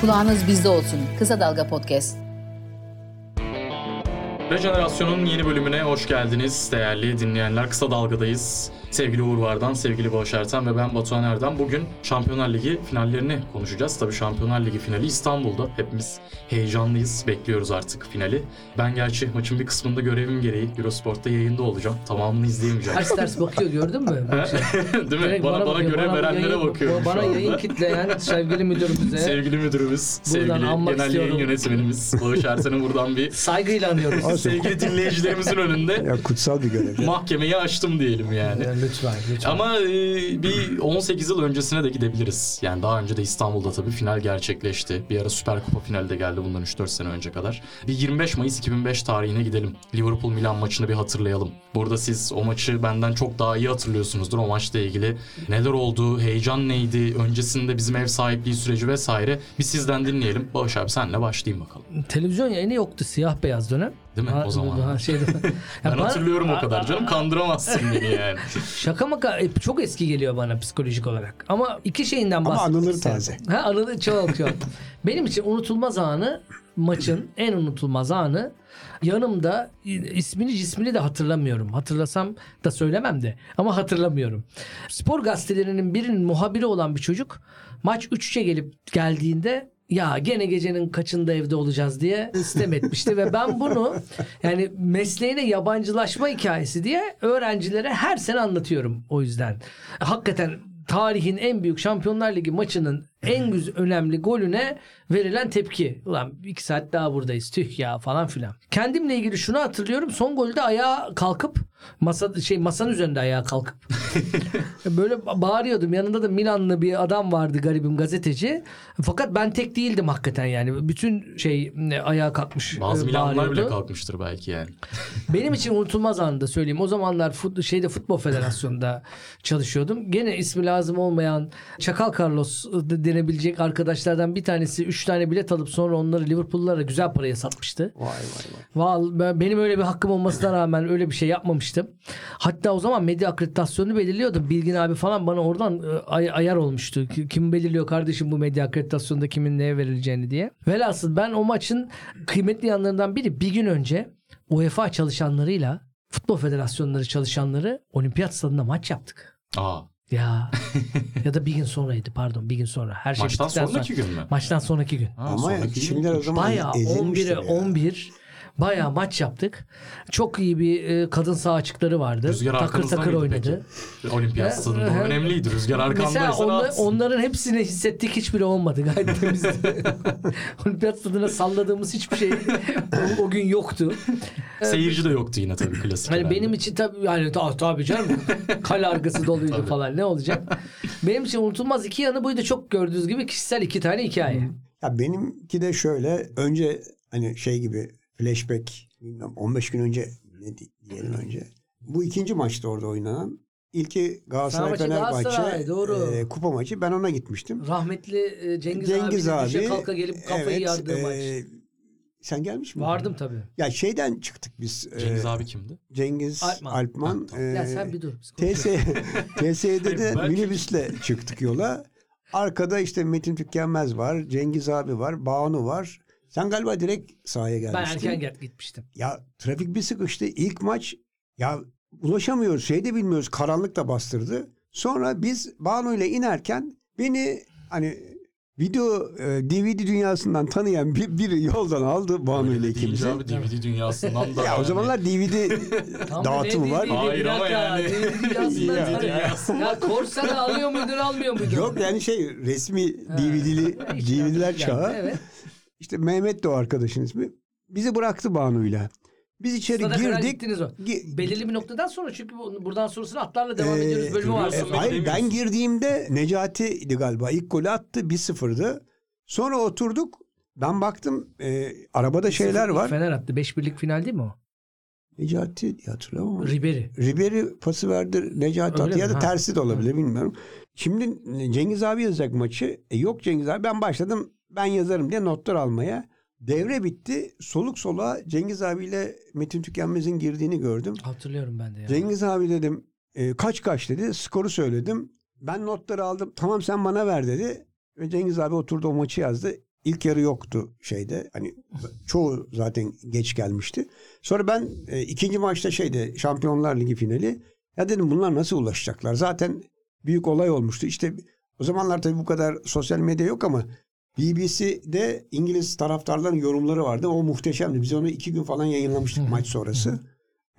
Kulağınız bizde olsun. Kısa Dalga Podcast. Rejenerasyon'un yeni bölümüne hoş geldiniz değerli dinleyenler. Kısa Dalga'dayız. Sevgili Uğur Vardan, sevgili Bağış Erten ve ben Batuhan Erdem. Bugün Şampiyonlar Ligi finallerini konuşacağız. Tabii Şampiyonlar Ligi finali İstanbul'da. Hepimiz heyecanlıyız, bekliyoruz artık finali. Ben gerçi maçın bir kısmında görevim gereği Eurosport'ta yayında olacağım. Tamamını izleyemeyeceğim. Ters ters bakıyor gördün mü? Değil mi? Direkt Bana, bana bakıyor, görev bana verenlere yayın- bakıyorum şu Bana anda. yayın kitleyen sevgili müdürümüze Sevgili müdürümüz, sevgili anmak genel yayın istiyorum. yönetmenimiz Bağış Erten'e buradan bir saygıyla anıyoruz. Abi, sevgili dinleyicilerimizin önünde Ya kutsal bir görev. mahkemeyi açtım diyelim yani. Yani lütfen lütfen. Ama e, bir 18 yıl öncesine de gidebiliriz. Yani daha önce de İstanbul'da tabii final gerçekleşti. Bir ara Süper Kupa finali de geldi bundan 3-4 sene önce kadar. Bir 25 Mayıs 2005 tarihine gidelim. Liverpool Milan maçını bir hatırlayalım. Burada siz o maçı benden çok daha iyi hatırlıyorsunuzdur o maçla ilgili. Neler oldu, heyecan neydi, öncesinde bizim ev sahipliği süreci vesaire. Bir sizden dinleyelim. Bağış abi senle başlayayım bakalım. Televizyon yayını yoktu siyah beyaz dönem. Değil mi? Ha- o zaman. ha, şeyde- Ya ben bana- hatırlıyorum o kadar canım. Kandıramazsın beni yani. Şaka maka e, çok eski geliyor bana psikolojik olarak. Ama iki şeyinden Ama bahsetmek anıları isterim. taze. Ha anıları çok çok. Benim için unutulmaz anı maçın en unutulmaz anı yanımda e, ismini cismini de hatırlamıyorum. Hatırlasam da söylemem de ama hatırlamıyorum. Spor gazetelerinin birinin muhabiri olan bir çocuk maç 3'e gelip geldiğinde ya gene gecenin kaçında evde olacağız diye sistem etmişti ve ben bunu yani mesleğine yabancılaşma hikayesi diye öğrencilere her sene anlatıyorum o yüzden. Hakikaten tarihin en büyük Şampiyonlar Ligi maçının en güz önemli golüne verilen tepki. Ulan iki saat daha buradayız tüh ya falan filan. Kendimle ilgili şunu hatırlıyorum. Son golde ayağa kalkıp masa şey masanın üzerinde ayağa kalkıp Böyle ba- bağırıyordum. Yanında da Milanlı bir adam vardı garibim gazeteci. Fakat ben tek değildim hakikaten yani. Bütün şey ne, ayağa kalkmış. Bazı e, Milanlar bile bağırıyordu. kalkmıştır belki yani. Benim için unutulmaz anı da söyleyeyim. O zamanlar fut, şeyde futbol federasyonu'nda çalışıyordum. Gene ismi lazım olmayan Çakal Carlos de- denebilecek arkadaşlardan bir tanesi 3 tane bilet alıp sonra onları Liverpool'lara güzel paraya satmıştı. Vay vay vay. Val, ben- benim öyle bir hakkım olmasına rağmen öyle bir şey yapmamıştım. Hatta o zaman medya akreditasyonu belirliyordum. Bilgin abi falan bana oradan e, ay- ayar olmuştu. Ki- Kim belirliyor kardeşim bu medya akreditasyonunda kimin neye verileceğini diye. Velhasıl ben o maçın kıymetli yanlarından biri bir gün önce UEFA çalışanlarıyla Futbol Federasyonları çalışanları olimpiyat stadında maç yaptık. Aa, Ya ya da bir gün sonraydı pardon bir gün sonra. Her şey maçtan bittikten sonraki gün mü? Maçtan sonraki gün. Ha, Ama yani sonraki gün şimdiler o zaman Bayağı ezilmiştir 11'e ya. 11 bayağı maç yaptık. Çok iyi bir e, kadın sağ açıkları vardı. Rüzgar takır arkanızda takır mıydı oynadı. peki? Olimpiyat Ve- stadında Hı hı. önemliydi. Rüzgar Mesela arkandaysa onla- rahatsın. onların hepsini hissettik hiçbiri olmadı gayet temizdi. Olimpiyat stadına salladığımız hiçbir şey o, o gün yoktu. Seyirci de yoktu yine tabii klasik. Hani herhalde. benim için tabii yani ta, tabii canım kale arkası doluydu Tabii. falan ne olacak? Benim için unutulmaz iki yanı buydu çok gördüğünüz gibi kişisel iki tane hikaye. Ya benimki de şöyle önce hani şey gibi flashback bilmem 15 gün önce ne di- diyelim önce. Bu ikinci maçta orada oynanan. İlki Galatasaray Fenerbahçe, Galatasaray, Fenerbahçe doğru. e, kupa maçı ben ona gitmiştim. Rahmetli e, Cengiz, Cengiz abi, abi, düşe kalka gelip kafayı evet, yardığı e, maç. Sen gelmiş mi? Vardım tabii. Ya şeyden çıktık biz. e, Cengiz abi kimdi? Cengiz Alpman. Alpman. Ya e, sen bir dur. biz konuşalım. TS, TSE'de de Hayır, ben- minibüsle çıktık yola. Arkada işte Metin Tükenmez var, Cengiz abi var, Banu var. Sen galiba direkt sahaya Ben gelmiştin. erken gel- gitmiştim. Ya trafik bir sıkıştı. İlk maç ya ulaşamıyoruz. Şey de bilmiyoruz. Karanlık da bastırdı. Sonra biz Banu ile inerken beni hani video e, DVD dünyasından tanıyan bir, biri yoldan aldı Banu ile Deyince ikimizi. abi DVD dünyasından da. Ya o yani zamanlar DVD Tam da dağıtımı DVD var. Hayır bir ama dakika, yani. DVD yazsınlar. DVD ya korsan alıyor muydun almıyor muydun? Yok yani şey resmi DVD'li İşte DVD'ler yani, çağı. Evet. İşte Mehmet de o arkadaşın ismi. Bizi bıraktı Banu'yla. Biz içeri Sana kadar girdik. gittiniz o. Gi- E, Belirli bir noktadan sonra çünkü bu- buradan sonrasını atlarla devam Ee, ediyoruz bölümü var. e, görüyorsun Evet. hayır ben girdiğimde Necati'ydi galiba. İlk golü attı 1-0'dı. Sonra oturduk. Ben baktım e, arabada şeyler var. Fener attı. 5 birlik final değil mi o? Necati diye hatırlamam. Ribery. Ribery pası verdi Necati Öyle attı ya mi? da Ha. tersi de olabilir bilmiyorum. Şimdi Cengiz abi yazacak maçı. E, yok Cengiz abi ben başladım ben yazarım diye notlar almaya. Devre bitti. Soluk soluğa Cengiz abiyle Metin Tükenmez'in girdiğini gördüm. Hatırlıyorum ben de. Ya. Cengiz abi dedim e, kaç kaç dedi. Skoru söyledim. Ben notları aldım. Tamam sen bana ver dedi. Ve Cengiz abi oturdu o maçı yazdı. İlk yarı yoktu şeyde. Hani çoğu zaten geç gelmişti. Sonra ben e, ikinci maçta şeyde Şampiyonlar Ligi finali. Ya dedim bunlar nasıl ulaşacaklar? Zaten büyük olay olmuştu. İşte o zamanlar tabii bu kadar sosyal medya yok ama BBC'de İngiliz taraftarların yorumları vardı. O muhteşemdi. Biz onu iki gün falan yayınlamıştık maç sonrası.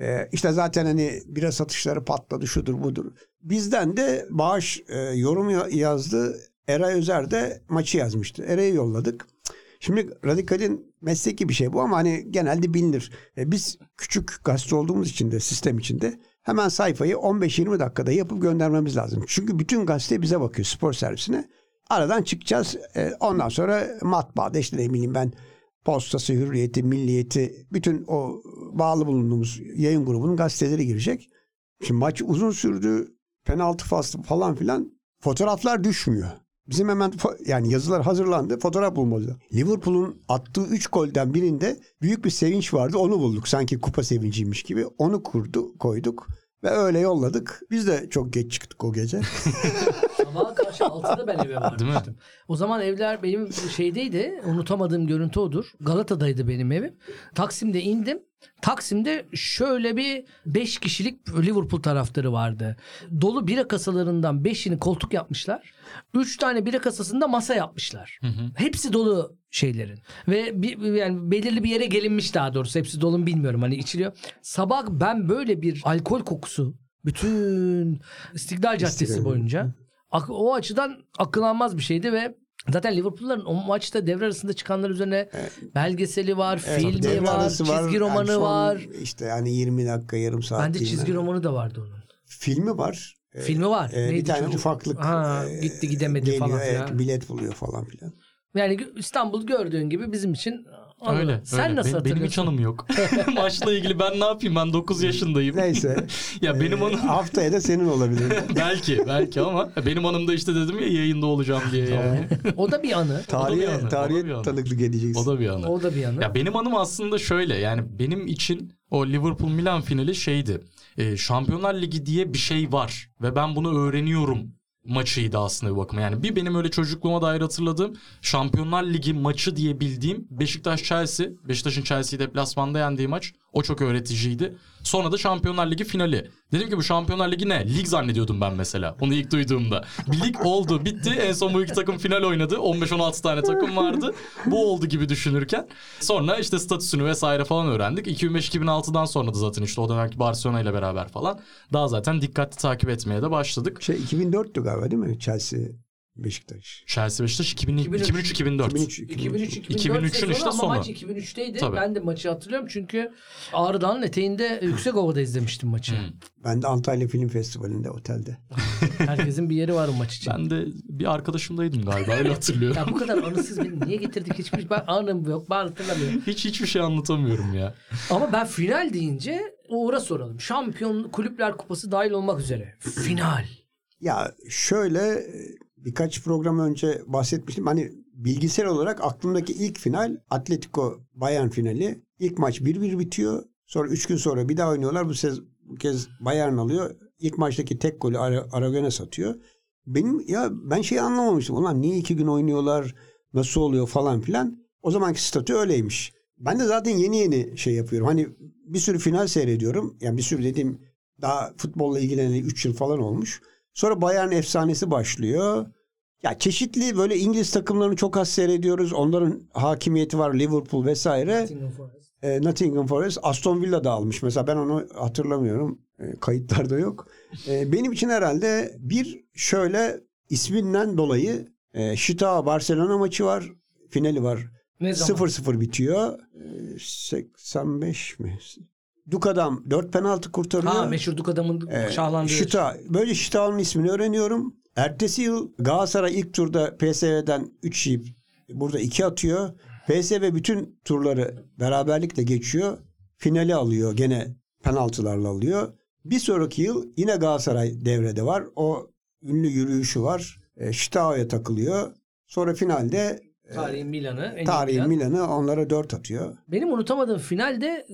Ee, işte zaten hani biraz satışları patladı şudur budur. Bizden de bağış e, yorum ya- yazdı. Eray Özer de maçı yazmıştı. Eray'ı yolladık. Şimdi radikalin mesleki bir şey bu ama hani genelde bilinir. E, biz küçük gazete olduğumuz için de sistem içinde hemen sayfayı 15-20 dakikada yapıp göndermemiz lazım. Çünkü bütün gazete bize bakıyor spor servisine. Aradan çıkacağız. E, ondan sonra matbaada işte ne bileyim ben postası, hürriyeti, milliyeti bütün o bağlı bulunduğumuz yayın grubunun gazeteleri girecek. Şimdi maç uzun sürdü. Penaltı faslı falan filan. Fotoğraflar düşmüyor. Bizim hemen fo- yani yazılar hazırlandı. Fotoğraf bulmadı. Liverpool'un attığı 3 golden birinde büyük bir sevinç vardı. Onu bulduk. Sanki kupa sevinciymiş gibi. Onu kurdu, koyduk ve öyle yolladık. Biz de çok geç çıktık o gece. Sabaha karşı 6'da ben eve vardım. Değil mi? O zaman evler benim şeydeydi. Unutamadığım görüntü odur. Galata'daydı benim evim. Taksim'de indim. Taksim'de şöyle bir 5 kişilik Liverpool taraftarı vardı. Dolu bira kasalarından 5'ini koltuk yapmışlar. 3 tane bira kasasında masa yapmışlar. Hepsi dolu şeylerin. Ve bir, yani belirli bir yere gelinmiş daha doğrusu. Hepsi dolu mu bilmiyorum hani içiliyor. Sabah ben böyle bir alkol kokusu bütün İstiklal Caddesi İstiklal. boyunca Ak- o açıdan akıl almaz bir şeydi ve zaten Liverpool'ların o maçta devre arasında çıkanlar üzerine belgeseli var, filmi Devre var, arası çizgi Yani romanı son var. İşte hani 20 dakika yarım saat. Bende bilmem. çizgi romanı da vardı onun. Filmi var. Ee, Filmi var. e, bir Neydi tane çocuk? ufaklık. Ha, e, gitti gidemedi geliyor, falan evet, filan. bilet buluyor falan filan. Yani gö- İstanbul gördüğün gibi bizim için anı. hani- Öyle. Sen öyle. nasıl Be- Benim hiç hatırlıyorsun? anım yok. Maçla ilgili ben ne yapayım? Ben 9 yaşındayım. Neyse. ya benim e, anım Haftaya da senin olabilir. belki belki ama benim anımda işte dedim ya yayında olacağım diye yani. o da bir anı. O da bir tarihe anı, o da bir tarihe anı. tanıklık edeceksin. O da bir anı. O da bir anı. Ya benim anım aslında şöyle yani benim için o Liverpool Milan finali şeydi. E, Şampiyonlar Ligi diye bir şey var ve ben bunu öğreniyorum maçıydı aslında bir bakıma. Yani bir benim öyle çocukluğuma dair hatırladığım Şampiyonlar Ligi maçı diye bildiğim Beşiktaş Chelsea, Beşiktaş'ın Chelsea'yi deplasmanda yendiği maç o çok öğreticiydi. Sonra da Şampiyonlar Ligi finali. Dedim ki bu Şampiyonlar Ligi ne? Lig zannediyordum ben mesela. Onu ilk duyduğumda. Bir lig oldu, bitti. En son bu iki takım final oynadı. 15-16 tane takım vardı. Bu oldu gibi düşünürken. Sonra işte statüsünü vesaire falan öğrendik. 2005-2006'dan sonra da zaten işte o dönemki Barcelona ile beraber falan. Daha zaten dikkatli takip etmeye de başladık. Şey 2004'tü galiba değil mi? Chelsea Beşiktaş. Chelsea Beşiktaş 2003. 2003-2004. 2003 2003 2004 2003'ün sezonu işte ama sonu. maç 2003'teydi. Tabii. Ben de maçı hatırlıyorum çünkü Ağrı Dağı'nın eteğinde Yüksekova'da izlemiştim maçı. Hmm. Ben de Antalya Film Festivali'nde otelde. Herkesin bir yeri var o maç için. Ben de bir arkadaşımdaydım galiba öyle hatırlıyorum. Ya bu kadar anısız beni niye getirdik hiçbir ben anım yok ben hatırlamıyorum. Hiç hiçbir şey anlatamıyorum ya. Ama ben final deyince Uğur'a soralım. Şampiyon Kulüpler Kupası dahil olmak üzere. Final. Ya şöyle e, birkaç program önce bahsetmiştim. Hani bilgisayar olarak aklımdaki ilk final Atletico Bayern finali. İlk maç 1-1 bitiyor. Sonra 3 gün sonra bir daha oynuyorlar. Bu, sez, bu kez Bayern alıyor. İlk maçtaki tek golü Ara- Aragon'a satıyor. Benim ya ben şeyi anlamamıştım. Ulan niye iki gün oynuyorlar? Nasıl oluyor falan filan. O zamanki statü öyleymiş. Ben de zaten yeni yeni şey yapıyorum. Hani bir sürü final seyrediyorum. Yani bir sürü dediğim daha futbolla ilgileneli 3 yıl falan olmuş. Sonra Bayern efsanesi başlıyor. Ya çeşitli böyle İngiliz takımlarını çok az seyrediyoruz. Onların hakimiyeti var Liverpool vesaire. E, Nottingham Forest Aston Villa da almış. Mesela ben onu hatırlamıyorum. E, kayıtlarda yok. E, benim için herhalde bir şöyle isminden dolayı e, Şita Barcelona maçı var. Finali var. Ne zaman? 0-0 bitiyor. E, 85 mi? Dukadam 4 penaltı kurtarıyor. Ha meşhur Duk adamın Ee, şahlandığı. Şita. Böyle Şita'nın ismini öğreniyorum. Ertesi yıl Galatasaray ilk turda PSV'den 3 yiyip burada 2 atıyor. PSV bütün turları beraberlikle geçiyor. Finali alıyor gene penaltılarla alıyor. Bir sonraki yıl yine Galatasaray devrede var. O ünlü yürüyüşü var. E, Şitao'ya takılıyor. Sonra finalde Tarihin Milan'ı. en iyi tarihin Milan. Milan'ı onlara 4 atıyor. Benim unutamadığım finalde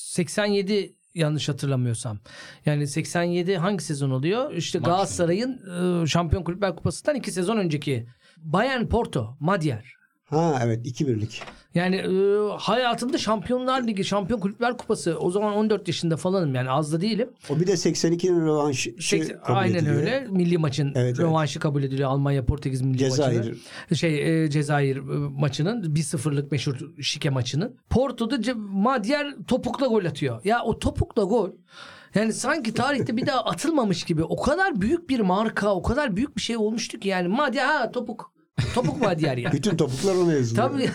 87 yanlış hatırlamıyorsam. Yani 87 hangi sezon oluyor? İşte ıı, Maç Galatasaray'ın e, Şampiyon Kulüpler Kupası'ndan iki sezon önceki. Bayern Porto, Madier. Ha evet 2-1'lik. Yani e, hayatımda Şampiyonlar Ligi, Şampiyon Kulüpler Kupası o zaman 14 yaşında falanım yani az da değilim. O bir de 82'nin rövanşı Seks- kabul aynen ediliyor. öyle. Milli maçın Evet, rövanşı kabul ediliyor Almanya Portekiz milli Cezayir. maçının. Şey e, Cezayir e, maçının 1-0'lık meşhur şike maçının. Porto'da Ce- Madier topukla gol atıyor. Ya o topukla gol yani sanki tarihte bir daha atılmamış gibi. O kadar büyük bir marka, o kadar büyük bir şey olmuştu ki yani Madier ha topuk. Topuk Madier yani. Bütün topuklar ona yazılıyor. Tabii.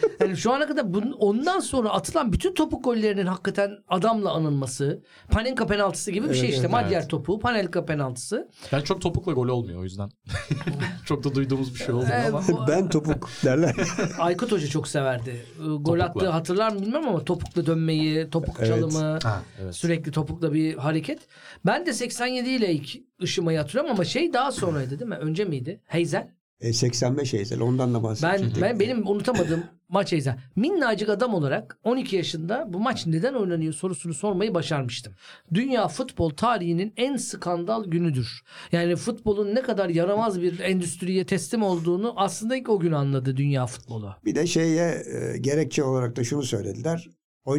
yani şu ana kadar bunun, ondan sonra atılan bütün topuk gollerinin hakikaten adamla anılması. Panenka penaltısı gibi bir şey işte. evet, Madyer topu, Panenka penaltısı. Yani çok topukla gol olmuyor o yüzden. çok da duyduğumuz bir şey olmuyor Ee, ama. bu- ben topuk derler. Aykut Hoca çok severdi. Ee, Gol Topukla. attığı hatırlar mı bilmem ama topukla dönmeyi, topuk Evet. çalımı. Ha, evet. Sürekli topukla bir hareket. Ben de 87 ile ilk ışımayı hatırlıyorum ama şey daha sonraydı değil mi? Önce miydi? Heyzel. E, 85 Eysel ondan da Ben, bahsedecektim. ben benim unutamadığım maç Eyza. Minnacık adam olarak 12 yaşında bu maç neden oynanıyor sorusunu sormayı başarmıştım. Dünya futbol tarihinin en skandal günüdür. Yani futbolun ne kadar yaramaz bir endüstriye teslim olduğunu aslında ilk o gün anladı dünya futbolu. Bir de şeye e, gerekçe olarak da şunu söylediler.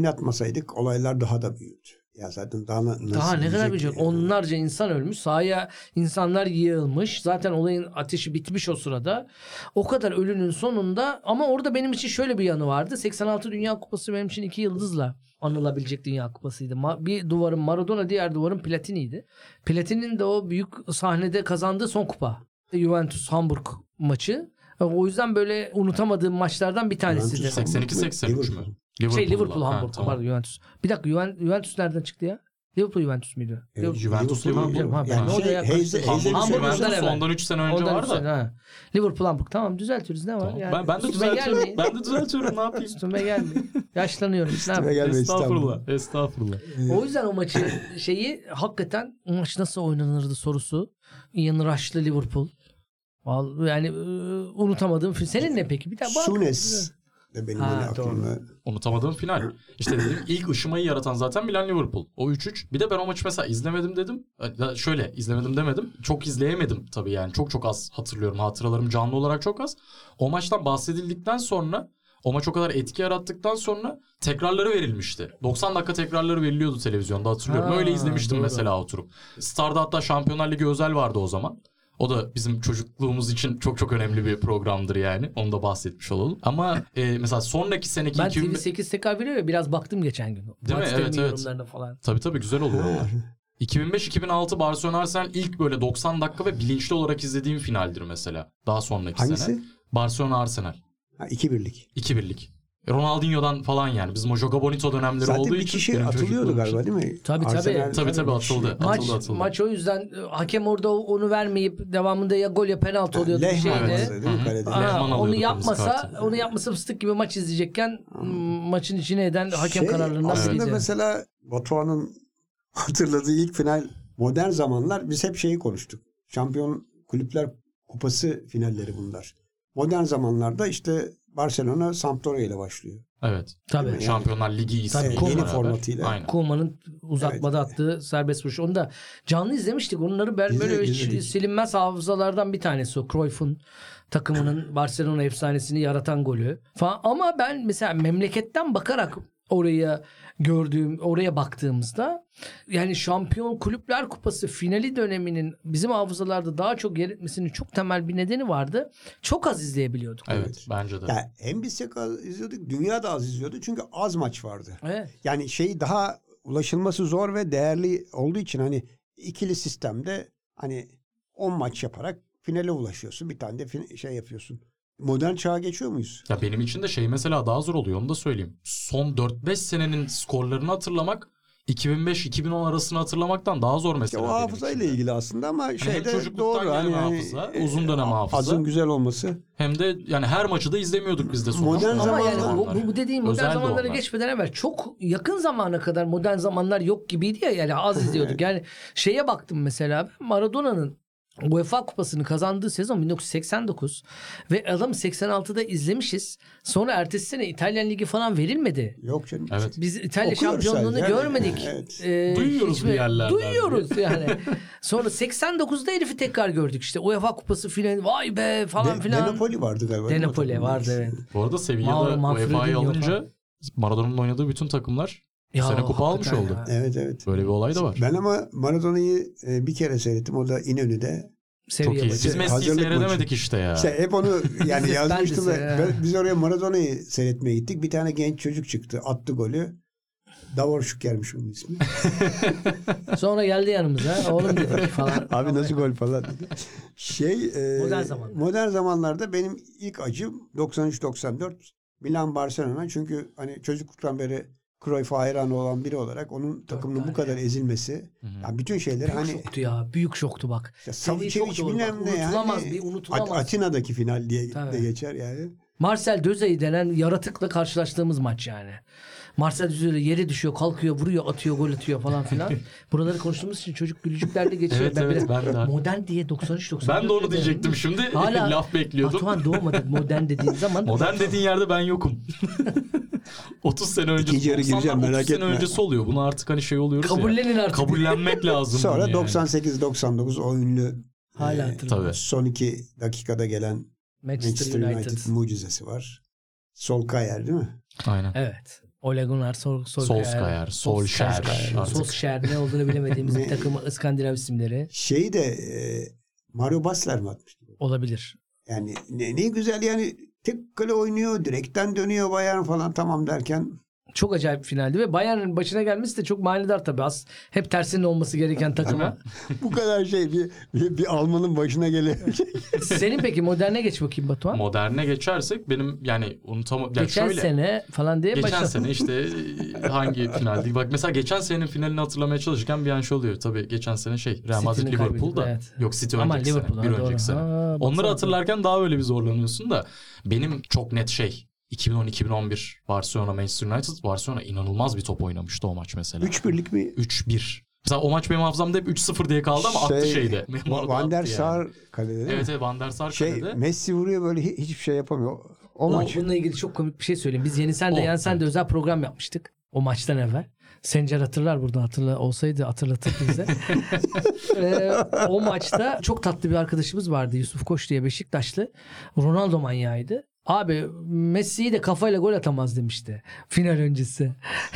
Oynatmasaydık olaylar daha da büyüdü. Ya zaten daha na- nasıl Daha ne kadar büyüyecek bilecek? yani? Onlarca insan ölmüş. Sahaya insanlar yığılmış. Zaten olayın ateşi bitmiş o sırada. O kadar ölünün sonunda ama orada benim için şöyle bir yanı vardı. 86 Dünya Kupası benim için iki yıldızla anılabilecek Dünya Kupası'ydı. Ma- bir duvarın Maradona, diğer duvarın Platini'ydi. Platini'nin de o büyük sahnede kazandığı son kupa. Juventus Hamburg maçı. O yüzden böyle unutamadığım maçlardan bir tanesidir. Juventus- 82-83 mü? Liverpool. Şey Liverpool Ha, Hamburg tamam. pardon Juventus. Bir dakika Juven- Juventus nereden çıktı ya? Liverpool Juventus muydu? E, Liverpool- Juventus, Liverpool- Liverpool. Ha, ben Yani ne şey, oraya karıştırdım. Heysel- Hamburg Heisel'i Hamburg söylüyorsun. Juventus evet. ondan 3 sene önce Ondan var üstüne, da. ha. Liverpool Hamburg tamam düzeltiyoruz ne var? Tamam. Yani Ben, ben de üstüme düzeltiyorum. gelmeyin. Ben de düzeltiyorum ne yapayım? Üstüme gelmeyin. Yaşlanıyorum. ne Ve yapayım? gelme İstanbul'a. Estağfurullah. Estağfurullah. O yüzden o maçı şeyi hakikaten o maç nasıl oynanırdı sorusu. Ian Rush'lı Liverpool. Vallahi Yani e, unutamadığım film. Senin ne peki? Bir daha bak. Sunes de benim Ha, öyle doğru. aklımda. Unutamadığım final. İşte dedim ilk ışımayı yaratan zaten Milan Liverpool. O 3-3. Bir de ben o maçı mesela izlemedim dedim. Ya Şöyle izlemedim demedim. Çok izleyemedim tabii yani. Çok çok az hatırlıyorum. Hatıralarım canlı olarak çok az. O maçtan bahsedildikten sonra o maç o kadar etki yarattıktan sonra tekrarları verilmişti. 90 dakika tekrarları veriliyordu televizyonda hatırlıyorum. Ha, Öyle izlemiştim doğru. mesela oturup. Star'da hatta Şampiyonlar Ligi özel vardı o zaman. O da bizim çocukluğumuz için çok çok önemli bir programdır yani. Onu da bahsetmiş olalım. Ama e, mesela sonraki seneki... Ben 2000 TV8 tekrar biliyor ya biraz baktım geçen gün. Değil mi? Maç Evet, evet. yorumlarına falan. Tabii tabii güzel olur onlar. 2005-2006 Barcelona Arsenal ilk böyle 90 dakika ve bilinçli olarak izlediğim finaldir mesela. Daha sonraki sene. Hangisi? Barcelona Arsenal. Ha, iki birlik. 2-1'lik. Ronaldinho'dan falan yani. Bizim o Joga Bonito dönemleri Zaten olduğu bir için. kişi benim atılıyordu çocukluğum galiba için. değil mi? Tabii, tabii. Arsenal- Tabii tabii bir kişi. atıldı. Maç, atıldı atıldı. maç o yüzden e, hakem orada o- onu vermeyip devamında ya gol ya penaltı oluyordu bir Lehman şeydi. vardı değil mi kalede? Aha, Lehman onu alıyordu yapmasa kırmızı kartı. onu yapmasa fıstık gibi maç izleyecekken m, maçın içine eden hakem Şey, kararlarından Aslında biriydi. mesela Batuhan'ın hatırladığı ilk final modern zamanlar biz hep şeyi konuştuk. Şampiyon kulüpler kupası finalleri bunlar. Modern zamanlarda işte Barcelona Sampdoria ile başlıyor. Evet. Tabii. Yani- Şampiyonlar Ligi Tabii, ismiyle. Koeman. beraber. Yeni formatıyla. Aynen. Koeman'ın uzatmada attığı serbest vuruş. Onu da canlı izlemiştik. Onları ben böyle İzledik, hiç izledik. silinmez hafızalardan bir tanesi o. Cruyff'un takımının Barcelona efsanesini yaratan golü falan. Ama ben mesela memleketten bakarak oraya gördüğüm, oraya baktığımızda yani Şampiyon Kulüpler Kupası finali döneminin bizim hafızalarda daha çok yer etmesinin çok temel bir nedeni vardı. Çok az izleyebiliyorduk. Evet bence de. Yani hem biz çok az izliyorduk, dünya da az izliyordu çünkü az maç vardı. Evet. Yani şey daha ulaşılması zor ve değerli olduğu için hani ikili sistemde hani 10 maç yaparak finale ulaşıyorsun. Bir tane de fin- şey yapıyorsun. Modern çağa geçiyor muyuz? Ya benim için de şey mesela daha zor oluyor onu da söyleyeyim. Son 4-5 senenin skorlarını hatırlamak 2005-2010 arasını hatırlamaktan daha zor İşte mesela. o benim hafızayla için de. ilgili aslında ama hem şeyde çocukluktan doğru. gelen Hani, hafıza, e, uzun dönem a- hafıza. Azın güzel olması. Hem de yani her maçı da izlemiyorduk biz de sonuçta. Modern Ama zamanlar- yani bu, bu- bu dediğim modern Özel de zamanlara onlar. geçmeden evvel çok yakın zamana kadar modern zamanlar yok gibiydi ya yani az izliyorduk. Yani şeye baktım mesela ben Maradona'nın UEFA Kupası'nı kazandığı sezon 1989 ve adam 86'da izlemişiz. Sonra ertesi sene İtalyan Ligi falan verilmedi. Yok canım. Evet. Biz İtalya Okuyoruz şampiyonluğunu sadece, görmedik. evet. Ee, Duyuyoruz bir yerlerden. Duyuyoruz yani. Sonra 89'da herifi tekrar gördük işte. UEFA kupası filan vay be falan De- filan. Denapoli vardı galiba. değil mi? Denapoli vardı evet. Bu arada Mauro Sevilla'da Manfredi'nin UEFA'yı yok alınca abi. Maradona'nın oynadığı bütün takımlar sene kupa almış hakikaten oldu. ya. Evet evet. Böyle bir olay da var. Ben ama Maradona'yı e, bir kere seyrettim. O da İnönü'de. Seviye Çok iyi. maçı. Siz Messi'yi şey- Hazırlık seyredemedik maçı. Şey- işte ya. İşte hep onu yani de- yazmıştım. ben de da, se- ben- biz oraya Maradona'yı seyretmeye gittik. Bir tane genç çocuk çıktı. Attı golü. Davorşuk gelmiş onun ismi. Sonra geldi yanımıza. Oğlum dedik falan. Abi nasıl gol falan dedi. Şey, e, Modern zamanlar. modern zamanlarda benim ilk acım 93-94 Milan Barcelona. Çünkü hani çocukluktan beri Cruyff'a hayran olan biri olarak onun takımının tane bu kadar ezilmesi. Ya bütün şeyler Büyük hani şoktu ya. Büyük şoktu bak. ya Seviye çok Savic'e doğru bilmem bak. ne yani. Unutulamaz bir unutulamaz. At- Atina'daki final diye de Tabii. geçer yani. Marcel Dözey denen yaratıkla karşılaştığımız maç yani. Marcel Dözey yere düşüyor, kalkıyor, vuruyor, atıyor, gol atıyor falan filan. Buraları konuştuğumuz için çocuk gülücüklerle geçiyor. Evet, evet, biraz ben de. Modern diye 93 94. Ben de onu diyecektim şimdi. Hala Laf bekliyordum. Batuhan doğmadık modern dediğin zaman. Modern dediğin yerde ben yokum. 30 sene önce İkinci yarı 90'dan gireceğim, merak 30 sene etme. öncesi oluyor. Bunu artık hani şey oluyoruz ya. Kabullenin artık. Kabullenmek lazım. Sonra bunu yani. 98-99 o ünlü e, Hala hatırlıyorum. Tabii. son iki dakikada gelen Manchester United, mucizesi var. Solkayar değil mi? Aynen. Evet. Ole Gunnar Sol Solskjaer, Solskjaer artık. Solskjaer ne olduğunu bilemediğimiz bir takım İskandinav isimleri Şeyi de e, Mario Basler mi atmıştı? olabilir. Yani ne, ne güzel yani tek kale oynuyor, direkten dönüyor Bayern falan tamam derken Çok acayip finaldi ve Bayern'in başına gelmesi de çok manidar tabii. As hep tersinin olması gereken takıma. bu kadar şey bir, bir, bir Alman'ın başına geliyor. Senin peki moderne geç bakayım Batuhan. Moderne geçersek benim yani unutamam. Yani geçen şöyle, sene falan diye Geçen başladım. sene işte e, hangi finaldi? Bak mesela geçen senenin finalini hatırlamaya çalışırken bir an şey oluyor. Tabii geçen sene şey Real Madrid City'nin Liverpool da. kaybedip, evet. Yok City Ama önceki sene. Liverpool, Bir ha, doğru. önceki sene. Ha, Onları baksana. hatırlarken daha böyle bir zorlanıyorsun da benim çok net şey 2010-2011 Barcelona Manchester United Barcelona inanılmaz bir top oynamıştı o maç mesela. 3 birlik mi? 3-1. Mesela o maç benim hafızamda hep 3-0 diye kaldı ama attı şeyde. Maradona Şey, Van der attı yani. Sar kalede değil mi? Evet evet Van der Sar Şey, kalede. Messi vuruyor böyle hi- hiçbir şey yapamıyor. O, o Ama maç. Bununla ilgili çok komik bir şey söyleyeyim. Biz yeni sen de O, yen sen de özel program yapmıştık. O maçtan evvel. Sencer hatırlar buradan hatırla olsaydı hatırlatır bize. Ee, o maçta çok tatlı bir arkadaşımız vardı Yusuf Koç diye Beşiktaşlı. Ronaldo manyağıydı. Abi Messi'yi de kafayla gol atamaz demişti final öncesi.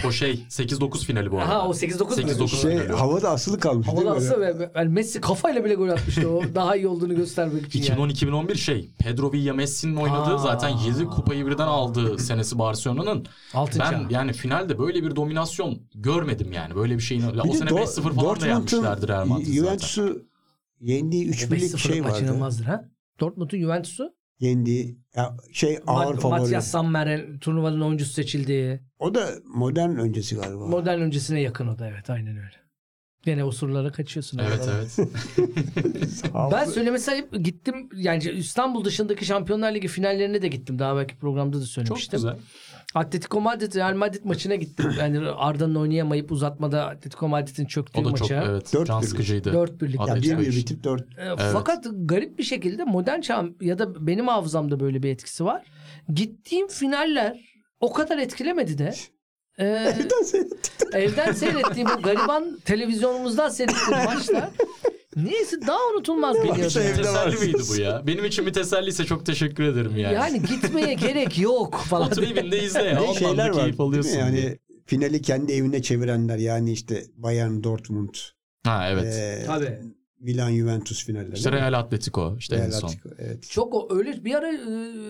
O şey 8-9 finali bu arada. Aha o 8-9 mu? 8-9 Şey, finali. havada asılı kalmış değil Havada mi? atsa ve ve- yani Messi kafayla bile gol atmıştı o daha iyi olduğunu göstermek için. yani. 2010-2011 şey Pedro Villa Messi'nin oynadığı Aa. zaten 7 kupayı birden aldığı senesi Barcelona'nın. Altın Ben çağı. yani finalde böyle bir dominasyon görmedim yani. Böyle bir şeyin o de sene Do- 5-0 falan da yenmişlerdir Real Madrid zaten. Juventus'u yendiği 3 birlik 5-0 şey maç vardı. inanılmazdır ha. Dortmund'un Juventus'u Yendiği ya şey ağır Ma- favori. Matias Sammer'e turnuvanın oyuncusu seçildi. O da modern öncesi galiba. Modern öncesine yakın o da evet aynen öyle. Gene osurlara kaçıyorsun. Evet Oralara. evet. Abi- Ben söylemesi ayıp gittim yani İstanbul dışındaki Şampiyonlar Ligi finallerine de gittim. Daha belki programda da Çok söylemiştim. güzel. Atletico Madrid Real Madrid maçına gittim. Yani Arda'nın oynayamayıp uzatmada Atletico Madrid'in çöktüğü O da maça. çok evet Dört can birlik. sıkıcıydı. 4 birlik. ya Abi- bir bir bitip dört. E, Fakat garip bir şekilde modern çağ ya da benim hafızamda böyle bir etkisi var. Gittiğim finaller o kadar etkilemedi de. E, Evden seyrettiğim bu gariban televizyonumuzdan seyrettiğim maçlar neyse daha unutulmaz geliyordu. Varsa evde Teselli varsınız. miydi bu ya? Benim için bir teselli ise çok teşekkür ederim yani. Yani gitmeye gerek yok falan. Otur evinde izle ya. Ne Ondan şeyler da var. keyif değil alıyorsun. mi? Yani... Yani finali kendi evine çevirenler yani işte Bayern Dortmund, Ha evet. eee, Tabii. Milan Juventus finalleri. işte değil mi? Real Atletico işte en Real son. Atletico, Evet. Çok o- öyle bir ara e,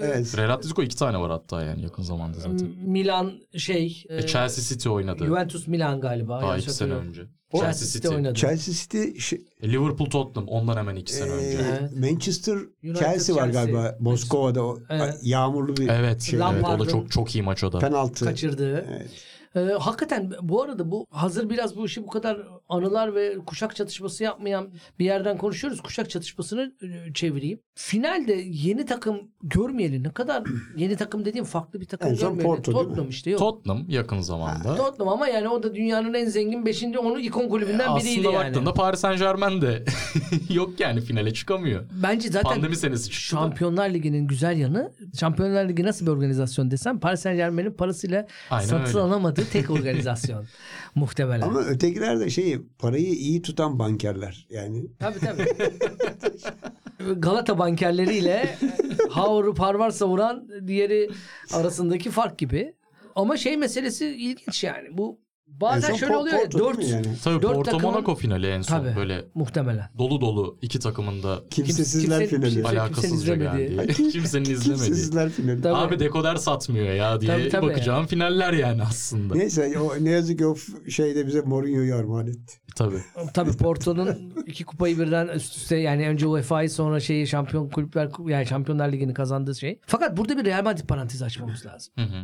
Evet. Real Atletico iki tane var hatta yani yakın zamanda zaten. Milan şey e, E, Chelsea City oynadı. Juventus Milan galiba. Daha yanlış iki sene hatırlıyorum. önce. Chelsea City oynadı. Chelsea City şey- E, Liverpool Tottenham ondan hemen iki sene eee, önce. Evet. Manchester United, Chelsea var Chelsea. galiba. Boskova'da o Evet. yağmurlu bir Evet, evet o da Lampard'ın çok çok iyi maç o da. penaltı. Kaçırdı. Evet. Ee, hakikaten bu arada bu hazır biraz bu işi bu kadar anılar ve kuşak çatışması yapmayan bir yerden konuşuyoruz. Kuşak çatışmasını e, çevireyim. Finalde yeni takım görmeyeli ne kadar yeni takım dediğim farklı bir takım En son görmeyeli. Porto değil mi? Tottenham işte yok. Tottenham yakın zamanda. Tottenham ama yani o da dünyanın en zengin 5. onu ikon kulübünden biriydi Aslında yani. baktığında Paris Saint Germain de yok yani finale çıkamıyor. Bence zaten Pandemi senesi çıktı. Şampiyonlar Ligi'nin güzel yanı Şampiyonlar Ligi nasıl bir organizasyon desem Paris Saint Germain'in parasıyla Aynen satın öyle. alamadığı tek organizasyon muhtemelen. Ama ötekiler de şeyi parayı iyi tutan bankerler. Yani Tabii tabii. Galata bankerleriyle Havru Parvar savuran diğeri arasındaki fark gibi. Ama şey meselesi ilginç yani. Bu en bazen son şöyle Po- oluyor. ya, Porto değil mi Dört yani? Tabii Dört Porto takımın- Monaco finali en son Tabii. böyle muhtemelen. dolu dolu iki takımın da Kimsesizler kimsenin- finali. kimse- alakasızca izlemediği. geldiği. Kimsenin izlemediği. Kimsesizler finali. Tabii. Abi dekoder satmıyor ya diye Tabii, tabii. bakacağım finaller yani aslında. Neyse o, ne yazık ki o f- şeyde bize Mourinho'yu armağan etti. Tabii. Tabii Porto'nun iki kupayı birden üst üste yani önce UEFA'yı sonra şeyi şampiyon kulüpler yani Şampiyonlar Ligi'ni kazandığı şey. Fakat burada bir Real Madrid parantezi açmamız lazım. Hı hı.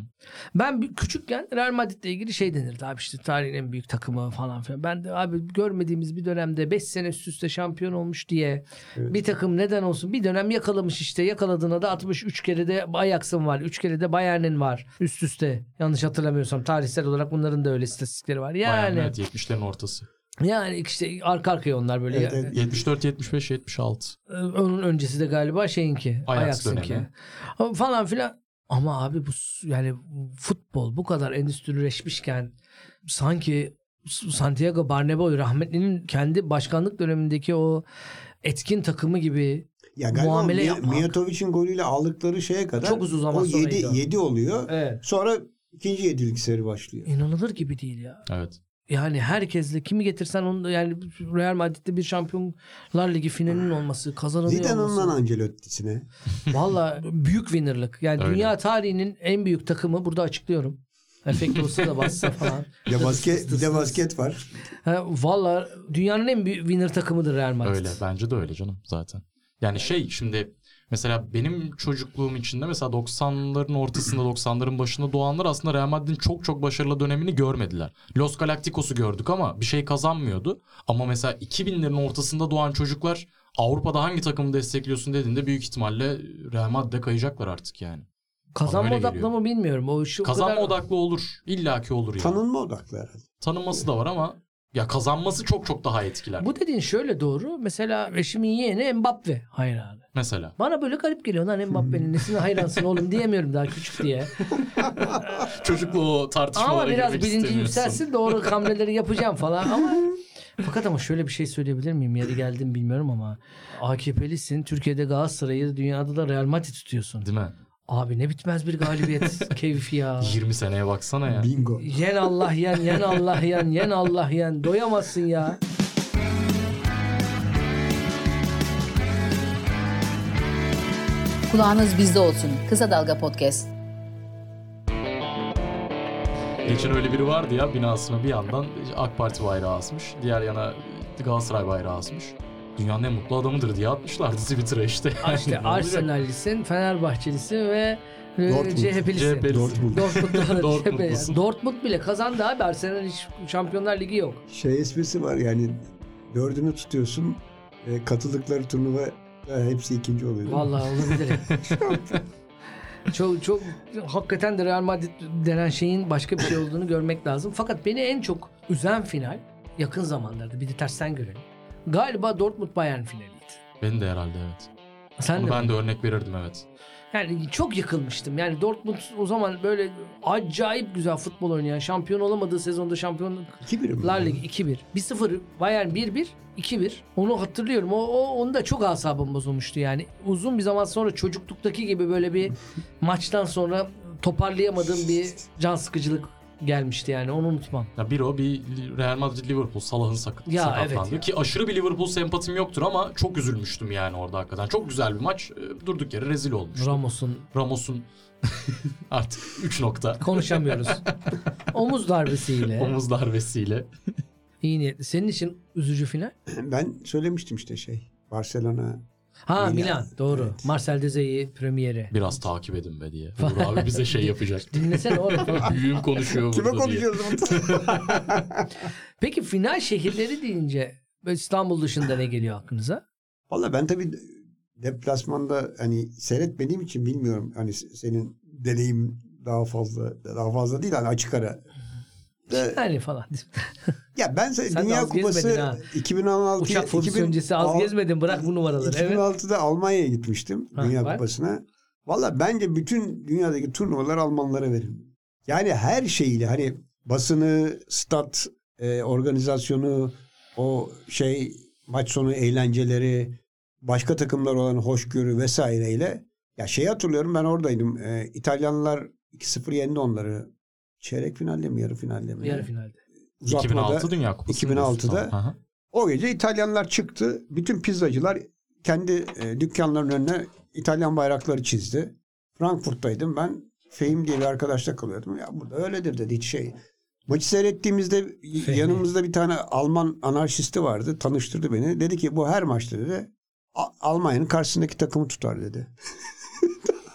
Ben bir- küçükken Real Madrid'le ilgili şey denirdi abi işte tarihin en büyük takımı falan filan. Ben de abi görmediğimiz bir dönemde 5 sene üst üste şampiyon olmuş diye Evet. bir takım neden olsun bir dönem yakalamış işte yakaladığına da 63 kere de Ajax'ın var 3 kere de Bayern'in var üst üste yanlış hatırlamıyorsam tarihsel olarak bunların da öyle istatistikleri var. Bayern Yani Münih 70'lerin ortası. yani işte arka arkaya onlar böyle Evet, ya- evet. 74, 75, 76. Ee, Onun öncesi de galiba şeyinki. Ajax Ajax'ınki. dönemi. Ama Falan filan. Ama abi bu s- yani futbol bu kadar endüstrileşmişken sanki S- Santiago Bernabeu rahmetlinin kendi başkanlık dönemindeki o etkin takımı gibi Ya galiba Muamele Muamele yapmak. golüyle aldıkları şeye kadar Çok uzun zaman o sonra gidiyor. 7, 7 oluyor. evet. Sonra ikinci yedilik seri başlıyor. inanılır gibi değil ya. Evet. Yani herkesle kimi getirsen onu da- yani Real Madrid'de bir Şampiyonlar Ligi finalinin olması, kazanılıyor olması. Zidane'ından Ancelotti'sine. Valla büyük winnerlık. Yani Öyle. dünya tarihinin en büyük takımı burada açıklıyorum. Efekt olsa da bassa falan. Bir de basket, bir de basket var. Ha, Valla dünyanın en büyük winner takımıdır Real Madrid. Öyle. Bence de öyle canım zaten. Yani şey şimdi mesela benim çocukluğum içinde mesela 90'ların ortasında 90'ların başında doğanlar aslında Real Madrid'in çok çok başarılı dönemini görmediler. Los Galacticos'u gördük ama bir şey kazanmıyordu. Ama mesela 2000'lerin ortasında doğan çocuklar Avrupa'da hangi takımı destekliyorsun dediğinde büyük ihtimalle Real Madrid'e kayacaklar artık yani. Kazanma Bana öyle odaklı geliyor. mı bilmiyorum. O şu Kazanma kadar... odaklı olur. İllaki olur yani. Tanınma odaklı herhalde. Tanınması da var ama ya kazanması çok çok daha etkiler. Bu dediğin şöyle doğru. Mesela eşimin yeğeni Mbappe hayranı. Mesela. Bana böyle garip geliyor lan Mbappe'nin nesine hayransın oğlum diyemiyorum daha küçük diye. Çocukla o tartışmalara Ama biraz girmek bilinci istemiyorsun. yükselsin doğru hamleleri yapacağım falan ama fakat ama şöyle bir şey söyleyebilir miyim? Yeri geldim bilmiyorum ama AKP'lisin. Türkiye'de Galatasaray'ı dünyada da Real Madrid tutuyorsun. Değil mi? Abi ne bitmez bir galibiyet keyfi ya. 20 seneye baksana ya. Bingo. Yen Allah yen, yen Allah yen, yen Allah yen. Doyamazsın ya. Kulağınız bizde olsun. Kısa Dalga Podcast. Geçen öyle biri vardı ya binasına bir yandan AK Parti bayrağı asmış. Diğer yana Galatasaray bayrağı asmış. Dünyanın en mutlu adamıdır diye atmışlardı Twitter'a işte. İşte Ne olacak? Arsenal'lisin, Fenerbahçelisin ve e, Dortmund. CHP'lisin. CHP'lisin. Dortmund. Dortmund'da da CHP ya. Dortmund'lusun. Dortmund bile kazandı abi. Arsenal hiç Şampiyonlar Ligi yok. Şey esprisi var yani dördünü tutuyorsun e, katıldıkları turnuva e, hepsi ikinci oluyor. değil mi? Vallahi olabilir. çok çok hakikaten de Real Madrid denen şeyin başka bir şey olduğunu görmek lazım. Fakat beni en çok üzen final yakın zamanlarda bir de tersten görelim. Galiba Dortmund Bayern finaliydi. Benim de herhalde evet. Sen Onu de ben de örnek verirdim evet. yani çok yıkılmıştım. Yani Dortmund o zaman böyle acayip güzel futbol oynayan, şampiyon olamadığı sezonda şampiyonluk İki birim. Lar Ligi 2-1. 1-0 Bayern 1-1, 2-1. Onu hatırlıyorum. O, o onu da çok asabım bozulmuştu yani. Uzun bir zaman sonra çocukluktaki gibi böyle bir maçtan sonra toparlayamadığım bir can sıkıcılık gelmişti yani. Onu unutmam. Ya bir o bir Real Madrid Liverpool Salah'ın sakat, Ya, sakatlandı. evet ya. Ki aşırı bir Liverpool sempatim yoktur ama çok üzülmüştüm yani orada hakikaten. Çok güzel bir maç. e, Durduk yere rezil olmuş. Ramos'un Ramos'un artık 3 nokta konuşamıyoruz. Omuz darbesiyle. omuz darbesiyle. iyi niyetli. Senin için üzücü final. Ben söylemiştim işte şey. Barcelona Ha Milan, Milan. doğru. Marcel Dezey'i premieri. Biraz takip edin be diye. Uğur abi bize şey yapacak. Dinlesene oğlum. Büyüğüm konuşuyor Kime burada diye. konuşuyoruz? Peki final şehirleri deyince böyle İstanbul dışında ne geliyor aklınıza? Valla ben tabii deplasmanda hani seyretmediğim için bilmiyorum. Hani s- senin deneyim daha fazla daha fazla değil hani açık ara. De- Yani Hani falan. ya ben se- Sen de Dünya az gezmedin Kupası ha. 2016 Uçak fonksiyoncusu az gezmedin bırak bu numaraları. Evet. 2006'da Almanya'ya gitmiştim Ha, Dünya bak. Kupası'na. Valla bence bütün dünyadaki turnuvalar Almanlara verin. Yani her şeyiyle hani basını, stat, e, organizasyonu, o şey maç sonu eğlenceleri, başka takımlar olan hoşgörü vesaireyle. Ya şey hatırlıyorum ben oradaydım. E, İtalyanlar 2-0 yendi onları. Çeyrek finalde mi yarı finalde mi? Yarı finalde. Uzatmada- 2006 Dünya Kupası. 2006'da. Tamam. Aha. o gece İtalyanlar çıktı. Bütün pizzacılar kendi e, dükkanlarının önüne İtalyan bayrakları çizdi. Frankfurt'taydım ben. Fehim diye bir arkadaşla kalıyordum. Ya burada öyledir dedi hiç şey. Maçı seyrettiğimizde y- Fehmi. yanımızda bir tane Alman anarşisti vardı. Tanıştırdı beni. Dedi ki bu her maçta dedi "A- Almanya'nın karşısındaki takımı tutar dedi.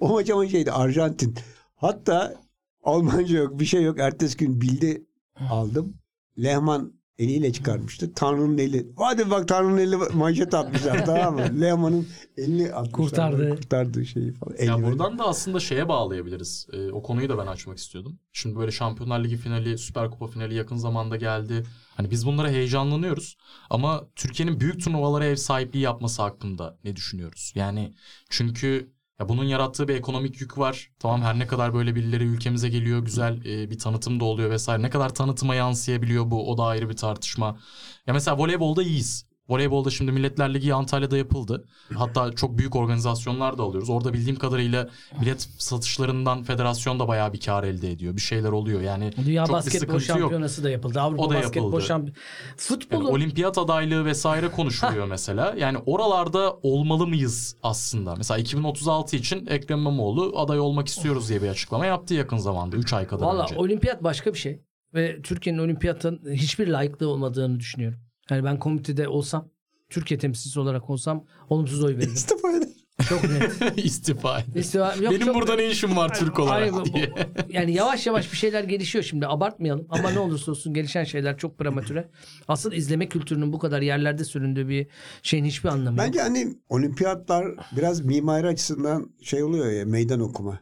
o maç ama şeydi Arjantin. Hatta Almanca yok bir şey yok. Ertesi gün bildi aldım. Lehman eliyle çıkarmıştı. Tanrı'nın eli. Hadi bak Tanrı'nın eli manşet atmışlar tamam mı? Lehman'ın elini atmışlar. Kurtardı. Kurtardığı şeyi falan. Ya Elini. buradan da aslında şeye bağlayabiliriz. Ee, o konuyu da ben açmak istiyordum. Şimdi böyle Şampiyonlar Ligi finali, Süper Kupa finali yakın zamanda geldi. Hani biz bunlara heyecanlanıyoruz ama Türkiye'nin büyük turnuvalara ev sahipliği yapması hakkında ne düşünüyoruz? Yani çünkü ya bunun yarattığı bir ekonomik yük var. Tamam her ne kadar böyle birileri ülkemize geliyor, güzel e, bir tanıtım da oluyor vesaire. Ne kadar tanıtıma yansıyabiliyor bu o da ayrı bir tartışma. Ya mesela voleybolda iyiyiz. Voleybolda şimdi Milletler Ligi Antalya'da yapıldı. Hatta çok büyük organizasyonlar da alıyoruz. Orada bildiğim kadarıyla bilet satışlarından federasyon da bayağı bir kar elde ediyor. Bir şeyler oluyor. Yani Dünya çok basketbol bir sıkıntı yok. şampiyonası da yapıldı. Avrupa O da basketbol yapıldı. şampiyonası. Yani Futbolun olimpiyat adaylığı vesaire konuşuluyor mesela. Yani oralarda olmalı mıyız aslında? Mesela 2036 için Ekrem İmamoğlu aday olmak istiyoruz diye bir açıklama yaptı yakın zamanda 3 ay kadar Valla önce. olimpiyat başka bir şey. Ve Türkiye'nin olimpiyatın hiçbir layıklığı olmadığını düşünüyorum. Yani ben komitede olsam, Türkiye temsilcisi olarak olsam olumsuz oy veririm. İstifa eder. çok net. İstifa edin. İstifa- yok, Benim çok- burada ne işim var Türk Hayır, olarak bu- diye. yani yavaş yavaş bir şeyler gelişiyor şimdi abartmayalım ama ne olursa olsun gelişen şeyler çok prematüre. Asıl izleme kültürünün bu kadar yerlerde süründüğü bir şeyin hiçbir anlamı yok. Bence hani olimpiyatlar biraz mimari açısından şey oluyor ya meydan okuma.